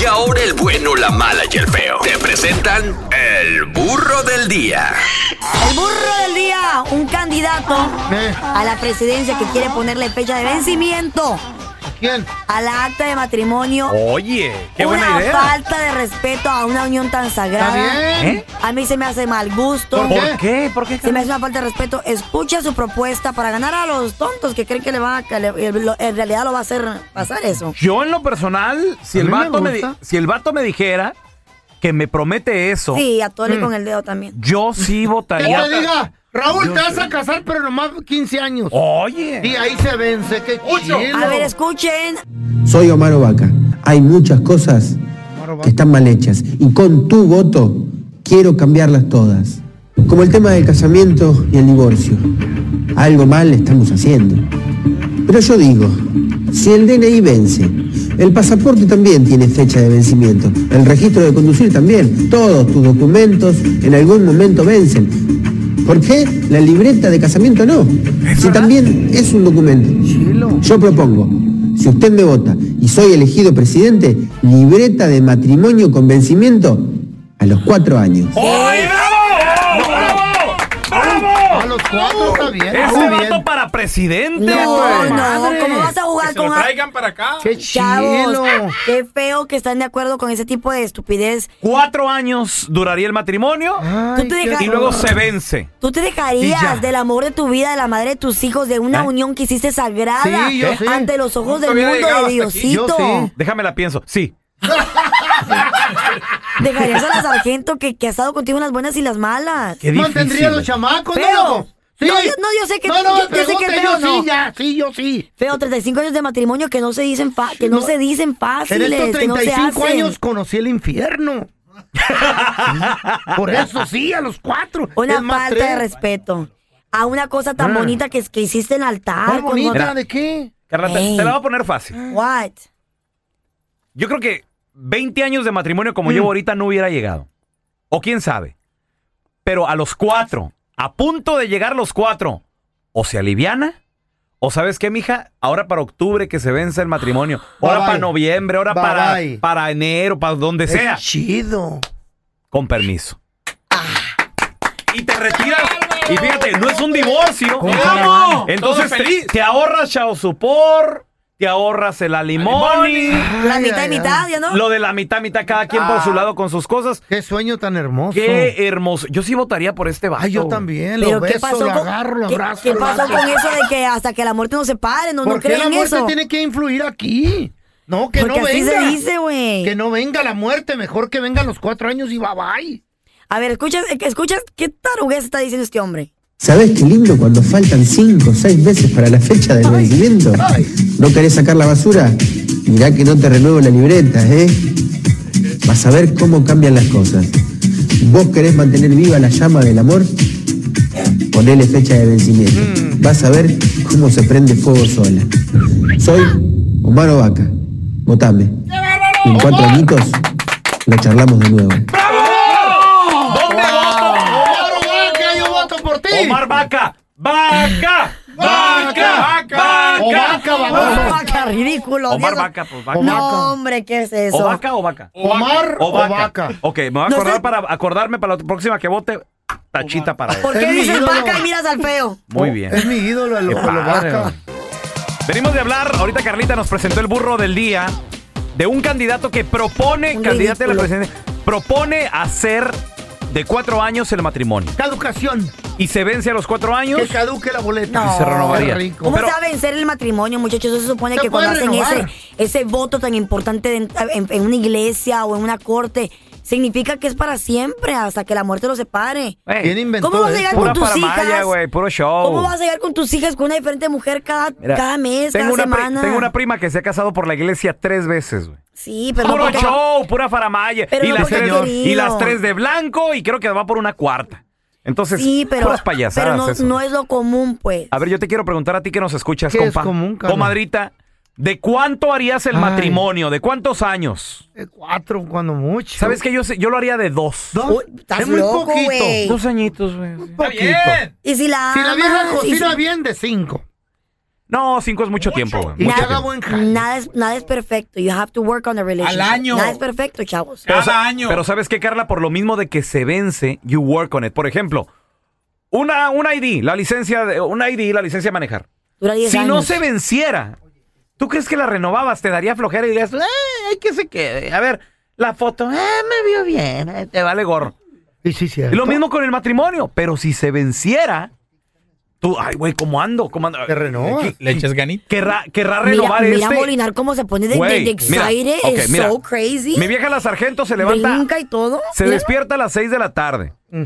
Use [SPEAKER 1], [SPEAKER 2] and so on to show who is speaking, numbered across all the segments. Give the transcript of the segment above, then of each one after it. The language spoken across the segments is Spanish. [SPEAKER 1] Y ahora el bueno, la mala y el feo te presentan el burro del día.
[SPEAKER 2] El burro del día, un candidato
[SPEAKER 3] Eh.
[SPEAKER 2] a la presidencia que quiere ponerle fecha de vencimiento
[SPEAKER 3] ¿Quién?
[SPEAKER 2] a la acta de matrimonio.
[SPEAKER 4] Oye, Oh, qué
[SPEAKER 2] una
[SPEAKER 4] buena idea.
[SPEAKER 2] falta de respeto a una unión tan
[SPEAKER 3] ¿Está
[SPEAKER 2] sagrada.
[SPEAKER 3] bien?
[SPEAKER 4] ¿Eh?
[SPEAKER 2] A mí se me hace mal gusto.
[SPEAKER 3] ¿Por
[SPEAKER 4] ¿Por qué? ¿Por qué?
[SPEAKER 2] Se me hace una falta de respeto. Escucha su propuesta para ganar a los tontos que creen que le van a. que le- eh, lo- en realidad lo va a hacer pasar eso.
[SPEAKER 4] Yo en lo personal, si
[SPEAKER 3] A
[SPEAKER 4] el
[SPEAKER 3] mí me
[SPEAKER 4] vato me, di-
[SPEAKER 3] gusta.
[SPEAKER 4] si el vato me dijera que me promete eso,
[SPEAKER 2] Sí,
[SPEAKER 4] Mm.
[SPEAKER 2] atole con el dedo también.
[SPEAKER 4] yo sí
[SPEAKER 3] Que
[SPEAKER 4] votaría.
[SPEAKER 3] te diga, Raúl, te vas a casar, pero nomás 15 años. Y
[SPEAKER 4] Oye,
[SPEAKER 3] ahí se vence, qué chido.
[SPEAKER 2] A ver, escuchen.
[SPEAKER 5] Soy Omar Ovaca. Hay muchas cosas que están mal hechas y con tu voto quiero cambiarlas todas. Como el tema del casamiento y el divorcio. Algo mal estamos haciendo. Pero yo digo, si el DNI vence, el pasaporte también tiene fecha de vencimiento, el registro de conducir también, todos tus documentos en algún momento vencen. ¿Por qué la libreta de casamiento no? Si también es un documento. Yo propongo, si usted me vota y soy elegido presidente, libreta de matrimonio con vencimiento a los cuatro años.
[SPEAKER 4] ¡Oye, bravo! ¡Bravo!
[SPEAKER 3] A
[SPEAKER 4] ¡Bravo!
[SPEAKER 3] los cuatro está bien.
[SPEAKER 4] Ese
[SPEAKER 3] muy bien.
[SPEAKER 4] vato para presidente.
[SPEAKER 2] No,
[SPEAKER 4] güey.
[SPEAKER 2] no, ¿cómo vas a jugar con a-
[SPEAKER 6] para acá.
[SPEAKER 3] Qué
[SPEAKER 2] Chavos,
[SPEAKER 3] chido.
[SPEAKER 2] qué feo que están de acuerdo con ese tipo de estupidez.
[SPEAKER 4] Cuatro años duraría el matrimonio
[SPEAKER 2] te
[SPEAKER 3] Ay, qué
[SPEAKER 2] dejas-
[SPEAKER 4] y luego se vence.
[SPEAKER 2] ¿Tú te dejarías del amor de tu vida, de la madre de tus hijos, de una
[SPEAKER 4] ¿Eh?
[SPEAKER 2] unión que hiciste sagrada
[SPEAKER 3] Sí, yo sí.
[SPEAKER 2] ante los ojos del
[SPEAKER 6] hubiera
[SPEAKER 2] mundo
[SPEAKER 6] llegado
[SPEAKER 2] de
[SPEAKER 6] hasta aquí.
[SPEAKER 2] Diosito?
[SPEAKER 3] Yo
[SPEAKER 4] Déjame la pienso. Sí.
[SPEAKER 2] ¿Dejarías a la sargento que, que ha estado contigo en las buenas y las malas?
[SPEAKER 4] Qué difícil.
[SPEAKER 3] Mantendría a los chamacos,
[SPEAKER 2] Feo.
[SPEAKER 3] ¿no, loco?
[SPEAKER 2] No, yo- no, yo sé que-
[SPEAKER 3] No, no,
[SPEAKER 2] yo- yo sé que
[SPEAKER 3] pregunte,
[SPEAKER 2] feo
[SPEAKER 3] yo
[SPEAKER 2] no.
[SPEAKER 3] sí, ya, sí, yo sí.
[SPEAKER 2] Feo, 35 años de matrimonio que no se dicen, fa- que no,
[SPEAKER 3] No.
[SPEAKER 2] se dicen
[SPEAKER 3] En
[SPEAKER 2] fáciles,
[SPEAKER 3] estos
[SPEAKER 2] que no se
[SPEAKER 3] 35
[SPEAKER 2] hacen.
[SPEAKER 3] años conocí el infierno. Por eso sí, a los cuatro.
[SPEAKER 2] Una
[SPEAKER 3] Es más,
[SPEAKER 2] falta de
[SPEAKER 3] tres.
[SPEAKER 2] respeto a una cosa tan
[SPEAKER 4] Ah.
[SPEAKER 2] bonita que, que hiciste en altar.
[SPEAKER 3] ¿Cuál
[SPEAKER 2] Ah, con
[SPEAKER 3] bonita?
[SPEAKER 2] otra-
[SPEAKER 3] ¿De qué?
[SPEAKER 4] Carla, te,
[SPEAKER 2] Ey.
[SPEAKER 4] te la voy a poner fácil.
[SPEAKER 2] What?
[SPEAKER 4] Yo creo que 20 años de matrimonio
[SPEAKER 3] Mm.
[SPEAKER 4] como llevo ahorita no hubiera llegado. O quién sabe. Pero a los cuatro, a punto de llegar los cuatro, o se aliviana, o sabes qué, mija, ahora para octubre que se vence el matrimonio, ahora
[SPEAKER 3] Bye,
[SPEAKER 4] para
[SPEAKER 3] bye.
[SPEAKER 4] noviembre, ahora
[SPEAKER 3] Bye,
[SPEAKER 4] para,
[SPEAKER 3] bye. Eh.
[SPEAKER 4] para enero, para donde sea.
[SPEAKER 3] Es chido.
[SPEAKER 4] Con permiso. Y te retiras. Y fíjate, no es un divorcio.
[SPEAKER 6] ¡Vamos!
[SPEAKER 4] Entonces
[SPEAKER 6] Todo
[SPEAKER 4] te,
[SPEAKER 6] feliz.
[SPEAKER 4] te ahorras chao supor, te ahorras el alimony,
[SPEAKER 2] La
[SPEAKER 3] Ay,
[SPEAKER 2] mitad y
[SPEAKER 3] ay,
[SPEAKER 2] mitad,
[SPEAKER 3] ay.
[SPEAKER 2] ¿ya no?
[SPEAKER 4] lo de la mitad, mitad, cada quien por su lado con sus cosas.
[SPEAKER 3] Qué sueño tan hermoso.
[SPEAKER 4] Qué hermoso. Yo sí votaría por este vato.
[SPEAKER 3] Ay, yo también. Lo beso, lo agarro, lo
[SPEAKER 2] qué-
[SPEAKER 3] abrazo.
[SPEAKER 2] qué
[SPEAKER 3] lo
[SPEAKER 2] pasó
[SPEAKER 3] abrazo.
[SPEAKER 2] con eso de que hasta que la muerte nos separe? No, no
[SPEAKER 3] ¿Por qué
[SPEAKER 2] creen
[SPEAKER 3] la muerte
[SPEAKER 2] eso.
[SPEAKER 3] tiene que influir aquí? No, que
[SPEAKER 2] Porque
[SPEAKER 3] no
[SPEAKER 2] así
[SPEAKER 3] venga.
[SPEAKER 2] se dice, güey.
[SPEAKER 3] Que no venga la muerte, mejor que venga a los cuatro años y bye bye.
[SPEAKER 2] A ver, escucha, escucha, ¿qué taruguez está diciendo este hombre?
[SPEAKER 5] ¿Sabés qué lindo cuando faltan cinco o seis meses para la fecha del vencimiento? ¿No querés sacar la basura? Mirá que no te renuevo la libreta, ¿eh? Vas a ver cómo cambian las cosas. ¿Vos querés mantener viva la llama del amor? Ponele fecha de vencimiento. Vas a ver cómo se prende fuego sola. Soy Omar Ovaca. Votame. Y en cuatro añitos lo charlamos de nuevo.
[SPEAKER 4] ¿Dónde voto?
[SPEAKER 3] Omar Ovaca, yo voto por ti.
[SPEAKER 4] Ah. Omar Vaca. Vaca. Vaca. Vaca.
[SPEAKER 3] O vaca,
[SPEAKER 2] Omar
[SPEAKER 3] baboso.
[SPEAKER 2] Vaca, ridículo.
[SPEAKER 4] Omar
[SPEAKER 2] Dios.
[SPEAKER 4] Vaca, pues vaca.
[SPEAKER 2] No, hombre, ¿qué es eso?
[SPEAKER 4] ¿O vaca o vaca?
[SPEAKER 3] Omar
[SPEAKER 4] O vaca.
[SPEAKER 3] Ovaca.
[SPEAKER 4] Ok, me voy a
[SPEAKER 2] No
[SPEAKER 4] acordar
[SPEAKER 2] sé-
[SPEAKER 4] para acordarme para la próxima que vote. Tachita para él.
[SPEAKER 2] ¿Por qué
[SPEAKER 3] Es mi
[SPEAKER 2] dices
[SPEAKER 3] ídolo.
[SPEAKER 2] vaca y miras al feo?
[SPEAKER 4] Muy bien.
[SPEAKER 3] Es mi ídolo, el
[SPEAKER 4] Qué
[SPEAKER 3] Omar
[SPEAKER 4] padre,
[SPEAKER 3] Ovaca.
[SPEAKER 4] güey. Venimos de hablar, ahorita Carlita nos presentó el burro del día de un candidato que propone,
[SPEAKER 2] Un
[SPEAKER 4] candidato a la
[SPEAKER 2] ridículo.
[SPEAKER 4] presidencia, propone hacer de cuatro años el matrimonio.
[SPEAKER 3] Caducación.
[SPEAKER 4] Y se vence a los cuatro años.
[SPEAKER 3] Que caduque la boleta.
[SPEAKER 2] No. Y se
[SPEAKER 3] Qué
[SPEAKER 4] renovaría.
[SPEAKER 3] rico.
[SPEAKER 2] ¿Cómo
[SPEAKER 4] Pero-
[SPEAKER 2] se va a vencer el matrimonio, muchachos? Eso se supone
[SPEAKER 3] Se
[SPEAKER 2] que cuando
[SPEAKER 3] puede
[SPEAKER 2] hacen ese,
[SPEAKER 3] renovar.
[SPEAKER 2] ese voto tan importante de- en, en una iglesia o en una corte, significa que es para siempre, hasta que la muerte los separe.
[SPEAKER 4] Ey,
[SPEAKER 3] ¿Quién inventó
[SPEAKER 2] ¿Cómo vas a llegar
[SPEAKER 3] esto?
[SPEAKER 2] con
[SPEAKER 4] pura
[SPEAKER 2] tus
[SPEAKER 4] paramaya,
[SPEAKER 2] hijas?
[SPEAKER 4] güey, puro show.
[SPEAKER 2] ¿Cómo vas a llegar con tus hijas con una diferente mujer cada,
[SPEAKER 4] Mira,
[SPEAKER 2] cada mes,
[SPEAKER 4] tengo
[SPEAKER 2] cada
[SPEAKER 4] una pri-
[SPEAKER 2] semana?
[SPEAKER 4] tengo una prima que se ha casado por la iglesia tres veces, güey.
[SPEAKER 2] Sí, pero no
[SPEAKER 4] puro
[SPEAKER 2] porque-
[SPEAKER 4] show, pura faramaya.
[SPEAKER 2] Pero
[SPEAKER 4] y,
[SPEAKER 2] no
[SPEAKER 4] las
[SPEAKER 2] porque
[SPEAKER 4] tres,
[SPEAKER 2] señor.
[SPEAKER 4] y las tres de blanco y creo que va por una cuarta. Entonces,
[SPEAKER 2] Sí, pero,
[SPEAKER 4] puras payasadas
[SPEAKER 2] pero no,
[SPEAKER 4] eso.
[SPEAKER 2] no es lo común, pues.
[SPEAKER 4] A ver, yo te quiero preguntar a ti que nos escuchas,
[SPEAKER 3] ¿Qué es
[SPEAKER 4] compa.
[SPEAKER 3] común, Carla?
[SPEAKER 4] comadrita, ¿de cuánto harías el
[SPEAKER 3] Ay.
[SPEAKER 4] matrimonio? ¿De cuántos años?
[SPEAKER 3] Eh, Cuatro, cuando mucho.
[SPEAKER 4] ¿Sabes qué? Yo, sé- yo lo haría de dos.
[SPEAKER 3] Dos.
[SPEAKER 2] Uy, estás
[SPEAKER 3] es muy
[SPEAKER 2] loco,
[SPEAKER 3] poquito.
[SPEAKER 2] güey.
[SPEAKER 4] Dos añitos, güey.
[SPEAKER 3] Poquito.
[SPEAKER 2] Y si la
[SPEAKER 3] Si la vieja
[SPEAKER 2] amas, y si-
[SPEAKER 3] cocina bien, de cinco.
[SPEAKER 4] No, cinco es mucho tiempo. güey.
[SPEAKER 3] Y
[SPEAKER 4] Mucho
[SPEAKER 3] que haga
[SPEAKER 4] tiempo.
[SPEAKER 3] buen jale.
[SPEAKER 2] Nada es, nada es perfecto. You have to work on the relationship.
[SPEAKER 6] año.
[SPEAKER 2] Nada es perfecto, chavos.
[SPEAKER 6] Cada
[SPEAKER 4] Pero sa-
[SPEAKER 6] año.
[SPEAKER 4] Pero ¿sabes qué, Carla? Por lo mismo de que se vence, you work on it. Por ejemplo, una, una ID, la licencia, de, una ID, la licencia de manejar.
[SPEAKER 2] Dura 10
[SPEAKER 4] Si
[SPEAKER 2] años.
[SPEAKER 4] no se venciera, ¿tú crees que la renovabas? Te daría flojera y dirías, "Eh, hay que se quede. A ver, la foto, eh, me vio bien, eh, te vale gorro.
[SPEAKER 3] Y sí, cierto.
[SPEAKER 4] Y lo mismo con el matrimonio, pero si se venciera, tú, ay, güey, ¿cómo ando? ¿Cómo ando?
[SPEAKER 3] Te renovas.
[SPEAKER 6] Le echas ganito.
[SPEAKER 4] Querrá, querrá
[SPEAKER 2] Mira,
[SPEAKER 4] renovar
[SPEAKER 2] mira
[SPEAKER 4] este.
[SPEAKER 2] Molinar cómo se pone de,
[SPEAKER 4] Güey,
[SPEAKER 2] de- de
[SPEAKER 4] mira,
[SPEAKER 2] excited.
[SPEAKER 4] ok,
[SPEAKER 2] It's
[SPEAKER 4] mira.
[SPEAKER 2] so crazy.
[SPEAKER 4] Mi vieja la sargento se levanta.
[SPEAKER 2] Brinca y todo.
[SPEAKER 4] Se
[SPEAKER 2] Mira.
[SPEAKER 4] despierta a las 6 de la tarde.
[SPEAKER 3] Mm.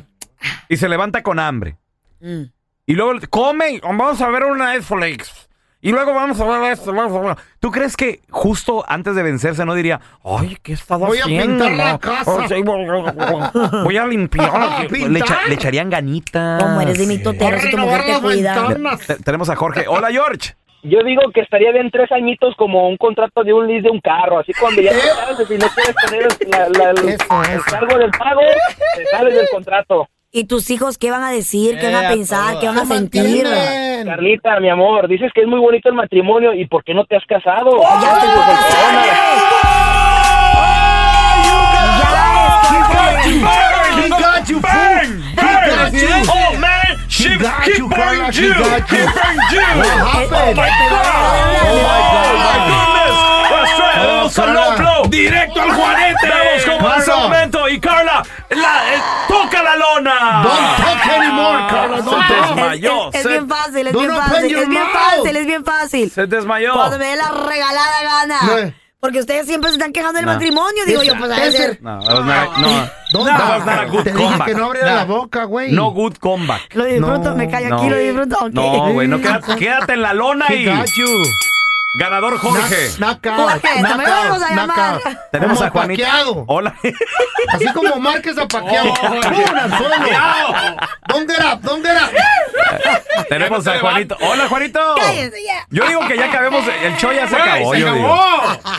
[SPEAKER 4] Y se levanta con hambre.
[SPEAKER 2] Mm.
[SPEAKER 4] Y luego come, y vamos a ver una Netflix. Y luego vamos a ver esto, vamos a ver. ¿Tú crees que justo antes de vencerse no diría, ay, ¿qué he estado
[SPEAKER 3] Voy a
[SPEAKER 4] haciendo,
[SPEAKER 3] pintar la
[SPEAKER 4] no?
[SPEAKER 3] casa."
[SPEAKER 4] Oh, sí, Voy a
[SPEAKER 3] Ah,
[SPEAKER 4] limpiar. le, echa-
[SPEAKER 3] pintar.
[SPEAKER 4] le echarían ganitas.
[SPEAKER 2] Como eres de mi totero,
[SPEAKER 3] Voy a
[SPEAKER 2] si tu
[SPEAKER 3] renovar
[SPEAKER 2] mujer te
[SPEAKER 3] las
[SPEAKER 2] cuida.
[SPEAKER 3] ventanas.
[SPEAKER 4] Te- tenemos a Jorge. Hola, George.
[SPEAKER 7] Yo digo que estaría bien tres añitos como un contrato de un lease de un carro. Así cuando ya te sales, si no quieres tener la- la- el,
[SPEAKER 3] Eso, eso.
[SPEAKER 7] el cargo del pago, te sales del contrato.
[SPEAKER 2] ¿Y tus hijos qué van a decir? ¿Qué van
[SPEAKER 6] Eh,
[SPEAKER 2] a
[SPEAKER 6] a
[SPEAKER 2] pensar?
[SPEAKER 6] todas.
[SPEAKER 2] ¿Qué van a
[SPEAKER 6] ¿Cómo
[SPEAKER 2] sentir?
[SPEAKER 7] Carlita, mi amor, dices que es muy bonito el matrimonio. ¿Y por qué no te has casado?
[SPEAKER 3] ¡Oh!
[SPEAKER 2] ¡Ya te lo pasaste! ¡Ya! es que-
[SPEAKER 3] He got you, fool. He got you.
[SPEAKER 4] Oh,
[SPEAKER 3] He got you, Carla. He got you. What
[SPEAKER 4] Oh,
[SPEAKER 3] happened? Oh,
[SPEAKER 4] ¡Directo al Juanete! ¡Vamos como hace un momento! ¡Y Carla, la, eh, toca la lona!
[SPEAKER 3] Don't talk anymore, Carla. Don't
[SPEAKER 4] Se
[SPEAKER 3] talk.
[SPEAKER 4] desmayó.
[SPEAKER 2] Es- Es
[SPEAKER 4] se,
[SPEAKER 2] bien fácil, es
[SPEAKER 3] Don't
[SPEAKER 2] bien
[SPEAKER 3] open
[SPEAKER 2] fácil,
[SPEAKER 3] your
[SPEAKER 2] es bien
[SPEAKER 3] mouth.
[SPEAKER 2] fácil, es bien fácil.
[SPEAKER 4] se desmayó.
[SPEAKER 2] Cuando me dé la regalada gana.
[SPEAKER 3] No.
[SPEAKER 2] Porque ustedes siempre se están quejando del
[SPEAKER 4] No.
[SPEAKER 2] matrimonio, digo yo, pues a
[SPEAKER 3] Ese-
[SPEAKER 2] veces
[SPEAKER 4] No, no, no.
[SPEAKER 3] Don't
[SPEAKER 4] No,
[SPEAKER 3] talk.
[SPEAKER 4] was not a good
[SPEAKER 3] Te dije
[SPEAKER 4] comeback.
[SPEAKER 3] que no abriera
[SPEAKER 4] No.
[SPEAKER 3] la boca, güey.
[SPEAKER 4] No good comeback.
[SPEAKER 2] lo disfruto,
[SPEAKER 3] No,
[SPEAKER 2] me callo
[SPEAKER 4] No,
[SPEAKER 2] aquí, lo disfruto. ok.
[SPEAKER 4] No, güey, no, quédate, quédate en la lona
[SPEAKER 3] He
[SPEAKER 4] y
[SPEAKER 3] got you.
[SPEAKER 4] ganador Jorge.
[SPEAKER 3] Knockout,
[SPEAKER 2] Jorge, te me
[SPEAKER 3] knockout,
[SPEAKER 2] vamos a
[SPEAKER 3] knockout.
[SPEAKER 2] llamar.
[SPEAKER 4] Tenemos
[SPEAKER 3] Como
[SPEAKER 4] a Oh. Juanito.
[SPEAKER 3] paqueado.
[SPEAKER 4] Hola.
[SPEAKER 3] Así como Márquez a
[SPEAKER 4] Oh,
[SPEAKER 3] paqueado. ¡Pum, al suelo! Don't get up, don't get up.
[SPEAKER 4] Tenemos
[SPEAKER 6] Ya no se
[SPEAKER 4] a
[SPEAKER 6] va.
[SPEAKER 4] Juanito. Hola, Juanito.
[SPEAKER 2] Cállense ya.
[SPEAKER 4] Yo digo que ya acabemos. El show ya se
[SPEAKER 6] Güey,
[SPEAKER 4] acabó.
[SPEAKER 6] se
[SPEAKER 4] yo digo.
[SPEAKER 6] acabó.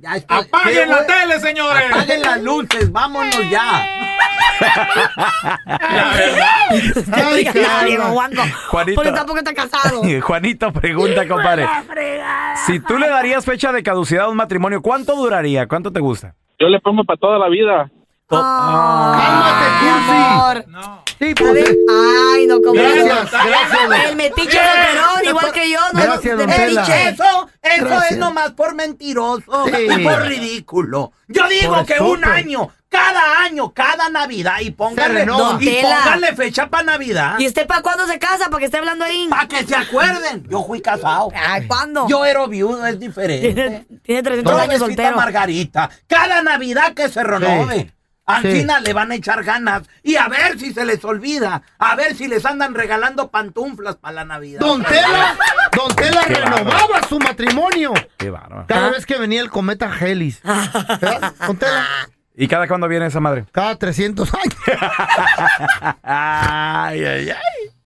[SPEAKER 8] Ya estoy-
[SPEAKER 6] ¡Apaguen
[SPEAKER 8] quiero-
[SPEAKER 6] la tele, señores!
[SPEAKER 8] Apaguen las luces, vámonos ya.
[SPEAKER 2] No digas nada,
[SPEAKER 3] Carla.
[SPEAKER 2] viejo guango.
[SPEAKER 4] Juanito.
[SPEAKER 2] Porque tampoco está casado.
[SPEAKER 4] Juanito pregunta, compadre.
[SPEAKER 2] La fregada.
[SPEAKER 4] Si tú le darías fecha de caducidad a un matrimonio, ¿cuánto duraría? ¿Cuánto te gusta?
[SPEAKER 7] Yo le pongo para toda la vida.
[SPEAKER 2] Ay, amor. A
[SPEAKER 3] Sí,
[SPEAKER 2] ver,
[SPEAKER 3] pues,
[SPEAKER 2] Ay, no, como
[SPEAKER 3] Gracias, gracias, don-
[SPEAKER 2] El metiche de Perón, igual que yo, no
[SPEAKER 3] Gracias,
[SPEAKER 2] de
[SPEAKER 3] don Tela.
[SPEAKER 2] metiche.
[SPEAKER 8] Eso, eso
[SPEAKER 3] Gracias.
[SPEAKER 8] es nomás por mentiroso
[SPEAKER 3] Sí.
[SPEAKER 8] y por ridículo. Yo digo
[SPEAKER 3] Por
[SPEAKER 8] que
[SPEAKER 3] estúpido.
[SPEAKER 8] un año, cada año, cada Navidad, y
[SPEAKER 3] Se
[SPEAKER 8] póngale,
[SPEAKER 3] renova.
[SPEAKER 8] y
[SPEAKER 2] Don Tela.
[SPEAKER 8] póngale fecha para Navidad,
[SPEAKER 2] ¿Y usted para cuándo se casa? ¿Para que esté hablando ahí?
[SPEAKER 8] para que se acuerden. Yo fui casado.
[SPEAKER 2] Ay, ¿cuándo?
[SPEAKER 8] Yo era viudo, es diferente.
[SPEAKER 2] Tiene, tiene 300
[SPEAKER 8] Toda
[SPEAKER 2] años
[SPEAKER 8] besita
[SPEAKER 2] soltero.
[SPEAKER 8] Margarita. Cada Navidad que se renove. A
[SPEAKER 3] Sí.
[SPEAKER 8] China le van a echar ganas. Y a ver si se les olvida. A ver si les andan regalando pantuflas para la Navidad.
[SPEAKER 3] Don Tela, Don Tela
[SPEAKER 4] Qué bárbaro.
[SPEAKER 3] renovaba su matrimonio
[SPEAKER 4] Qué bárbaro.
[SPEAKER 3] cada vez que venía el cometa Helis. ¿Verdad? Don Tela,
[SPEAKER 4] ¿Y cada cuándo viene esa madre?
[SPEAKER 3] cada 300 años.
[SPEAKER 4] Ay, ay, ay.